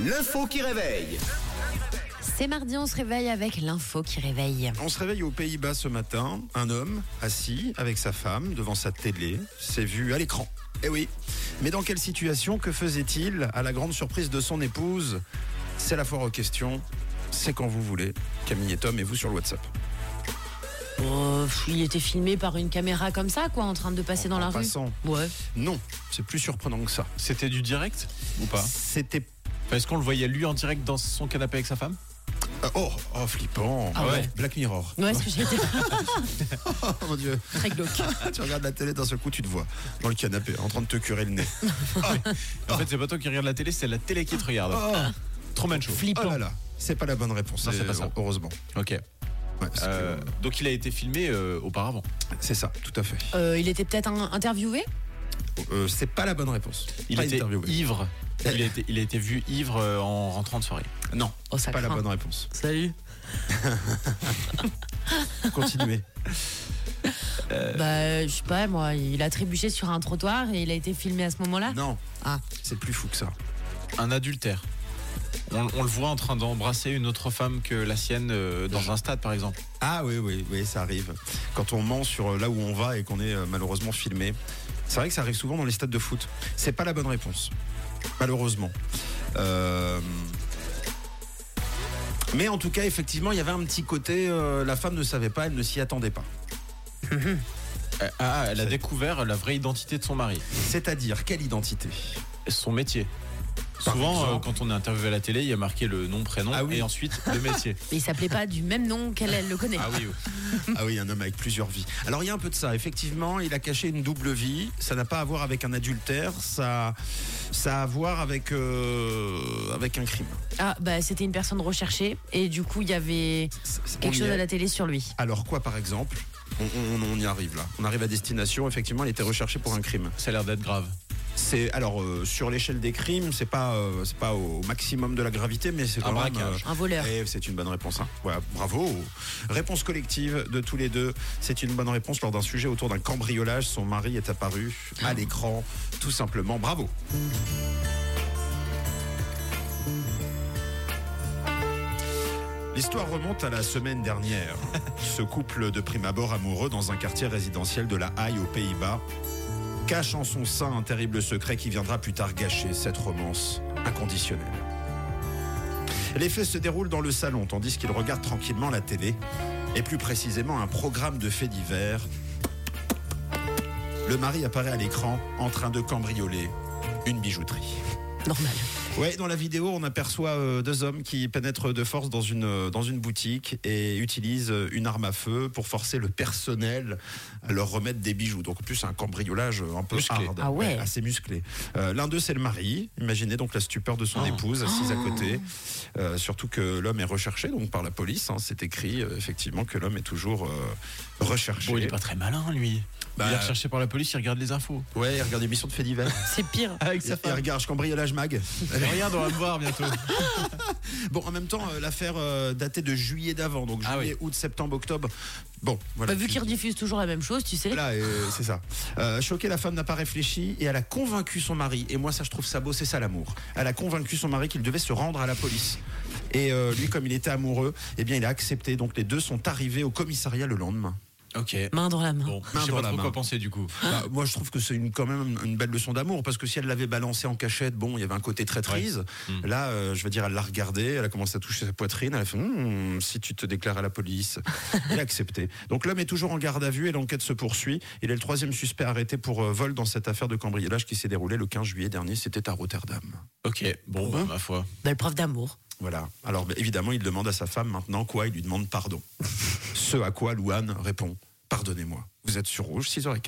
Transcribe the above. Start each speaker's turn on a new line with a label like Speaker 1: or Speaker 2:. Speaker 1: L'info qui réveille.
Speaker 2: C'est mardi, on se réveille avec l'info qui réveille.
Speaker 3: On se réveille aux Pays-Bas ce matin. Un homme assis avec sa femme devant sa télé s'est vu à l'écran. Eh oui. Mais dans quelle situation Que faisait-il À la grande surprise de son épouse, c'est la foire aux questions. C'est quand vous voulez. Camille et Tom et vous sur le WhatsApp.
Speaker 2: Oh, pff, il était filmé par une caméra comme ça, quoi, en train de passer
Speaker 3: En-
Speaker 2: dans la
Speaker 3: en
Speaker 2: rue.
Speaker 3: passant.
Speaker 2: Ouais.
Speaker 3: Non, c'est plus surprenant que ça. Bah,
Speaker 4: C'était du direct ou pas
Speaker 3: C'était
Speaker 4: Enfin, Est-ce qu'on le voyait lui en direct dans son canapé avec sa femme
Speaker 3: oh, oh flippant.
Speaker 2: Ah ouais.
Speaker 3: Black Mirror.
Speaker 2: Ouais, ce que j'étais
Speaker 3: Oh mon dieu.
Speaker 2: très glauque.
Speaker 3: Ah, tu regardes la télé d'un seul coup, tu te vois dans le canapé en train de te curer le nez.
Speaker 4: En fait, c'est pas toi qui regarde la télé, c'est la télé qui te regarde.
Speaker 3: Ah. Oh.
Speaker 4: Truman Show.
Speaker 2: Flippant.
Speaker 3: Oh là là, c'est pas la bonne réponse.
Speaker 4: Non, c'est
Speaker 3: euh,
Speaker 4: pas ça.
Speaker 3: Heureusement.
Speaker 4: Ok.
Speaker 3: Ouais, parce que-
Speaker 4: Euh, donc il a été filmé euh, auparavant.
Speaker 3: C'est ça, tout à fait.
Speaker 2: Euh, il était peut-être un- interviewé
Speaker 3: Euh, c'est pas la bonne réponse.
Speaker 4: Il
Speaker 3: Pas
Speaker 4: était
Speaker 3: interviewé.
Speaker 4: ivre.
Speaker 3: Euh.
Speaker 4: Il a, été, il a été vu ivre euh, en rentrant de soirée.
Speaker 3: Non,
Speaker 2: Oh, ça
Speaker 3: c'est pas la
Speaker 2: craint.
Speaker 3: bonne réponse.
Speaker 2: Salut.
Speaker 3: Continuez. Euh.
Speaker 2: Bah, je sais pas, moi, il a trébuché sur un trottoir et il a été filmé à ce moment-là.
Speaker 3: non.
Speaker 2: Ah.
Speaker 3: C'est plus fou que ça.
Speaker 4: Un adultère. On, on le voit en train d'embrasser une autre femme que la sienne euh, dans un stade, par exemple.
Speaker 3: Ah oui, oui, oui, ça arrive. Quand on ment sur euh, là où on va et qu'on est euh, malheureusement filmé. C'est vrai que ça arrive souvent dans les stades de foot. C'est pas la bonne réponse. Malheureusement. Euh, Mais en tout cas, effectivement, il y avait un petit côté. euh, la femme ne savait pas, elle ne s'y attendait pas.
Speaker 4: Euh, Ah, elle a
Speaker 3: C'est-
Speaker 4: découvert la vraie identité de son mari.
Speaker 3: C'est-à-dire, quelle identité
Speaker 4: son métier.
Speaker 3: Par
Speaker 4: Souvent,
Speaker 3: exemple.
Speaker 4: euh, quand on est interviewé à la télé, il y a marqué le nom, prénom
Speaker 3: Ah oui.
Speaker 4: et ensuite le métier.
Speaker 2: Mais il s'appelait pas du même nom qu'elle, elle le connaît.
Speaker 4: ah oui, oui.
Speaker 3: Ah oui, un homme avec plusieurs vies. Alors il y a un peu de ça. Effectivement, il a caché une double vie. Ça n'a pas à voir avec un adultère. Ça, ça a à voir avec euh, avec un crime.
Speaker 2: Ah, bah, c'était une personne recherchée et du coup, il y avait
Speaker 3: C'est- c'est- on
Speaker 2: quelque
Speaker 3: y
Speaker 2: chose
Speaker 3: est.
Speaker 2: à la télé sur lui.
Speaker 3: Alors quoi, par exemple on, on- on y arrive là. On arrive à destination. Effectivement, il était recherché pour un crime.
Speaker 4: ça a l'air d'être grave.
Speaker 3: C'est alors euh, sur l'échelle des crimes, c'est pas euh, c'est pas au maximum de la gravité, mais c'est
Speaker 4: Un
Speaker 3: quand même.
Speaker 4: braquage.
Speaker 2: Un voleur.
Speaker 3: Eh, c'est une bonne réponse. hein. Ouais, bravo. Réponse collective de tous les deux. C'est une bonne réponse lors d'un sujet autour d'un cambriolage. Son mari est apparu à l'écran, tout simplement. Bravo. L'histoire remonte à la semaine dernière. Ce couple de prime abord amoureux dans un quartier résidentiel de la Haye aux Pays-Bas cache en son sein un terrible secret qui viendra plus tard gâcher cette romance inconditionnelle. Les faits se déroulent dans le salon tandis qu'il regarde tranquillement la télé et plus précisément un programme de faits divers. Le mari apparaît à l'écran en train de cambrioler une bijouterie.
Speaker 2: Normal.
Speaker 3: Ouais, dans la vidéo, on aperçoit euh, deux hommes qui pénètrent de force dans une, euh, dans une boutique et utilisent euh, une arme à feu pour forcer le personnel à leur remettre des bijoux. Donc, en plus, c'est un cambriolage euh, un peu
Speaker 4: Musclé.
Speaker 3: hard,
Speaker 2: Ah ouais.
Speaker 3: assez musclé. Euh, L'un d'eux, c'est le mari. Imaginez donc la stupeur de son
Speaker 4: Oh.
Speaker 3: épouse assise à côté. Euh, surtout que l'homme est recherché donc par la police. hein. C'est écrit euh, effectivement que l'homme est toujours euh, recherché.
Speaker 4: Bon, il est pas très malin, lui.
Speaker 3: Bah,
Speaker 4: il est recherché par la police, il regarde les infos.
Speaker 3: Ouais, il regarde l'émission de faits divers.
Speaker 2: C'est pire.
Speaker 4: Avec
Speaker 3: Il regarde je cambriolage mag.
Speaker 4: Regarde, on va me voir bientôt.
Speaker 3: Bon, en même temps, euh, l'affaire euh, datait de juillet d'avant, donc juillet,
Speaker 4: Ah
Speaker 3: août, septembre, octobre. Bon, voilà.
Speaker 2: Bah, vu
Speaker 3: Tu-
Speaker 2: qu'ils rediffusent toujours la même chose, tu sais.
Speaker 3: Là, euh, c'est ça. Euh, choquée, la femme n'a pas réfléchi et elle a convaincu son mari. Et moi, ça, je trouve ça beau, c'est ça l'amour. Elle a convaincu son mari qu'il devait se rendre à la police. Et euh, lui, comme il était amoureux, eh bien, il a accepté. Donc, les deux sont arrivés au commissariat le lendemain.
Speaker 4: Ok.
Speaker 2: Main dans la main.
Speaker 4: Bon, je
Speaker 3: Main
Speaker 4: sais
Speaker 3: dans
Speaker 4: pas
Speaker 3: la
Speaker 4: trop
Speaker 3: main.
Speaker 4: quoi penser du coup.
Speaker 3: Bah, moi, je trouve que c'est une, quand même une belle leçon d'amour parce que si elle l'avait balancé en cachette, bon, il y avait un côté traîtrise.
Speaker 4: Mm.
Speaker 3: Là, euh, je veux dire, elle l'a regardé, elle a commencé à toucher sa poitrine, elle a fait Hum, si tu te déclares à la police. Il a accepté. Donc l'homme est toujours en garde à vue et l'enquête se poursuit. Il est le troisième suspect arrêté pour euh, vol dans cette affaire de cambriolage qui s'est déroulée le 15 juillet dernier. C'était à Rotterdam.
Speaker 4: Ok, bon, bah, ma foi.
Speaker 2: Belle preuve d'amour.
Speaker 3: Voilà. Alors bah, évidemment, il demande à sa femme maintenant quoi Il lui demande pardon. Ce à quoi Louane répond Pardonnez-moi. Vous êtes sur rouge, 6h15.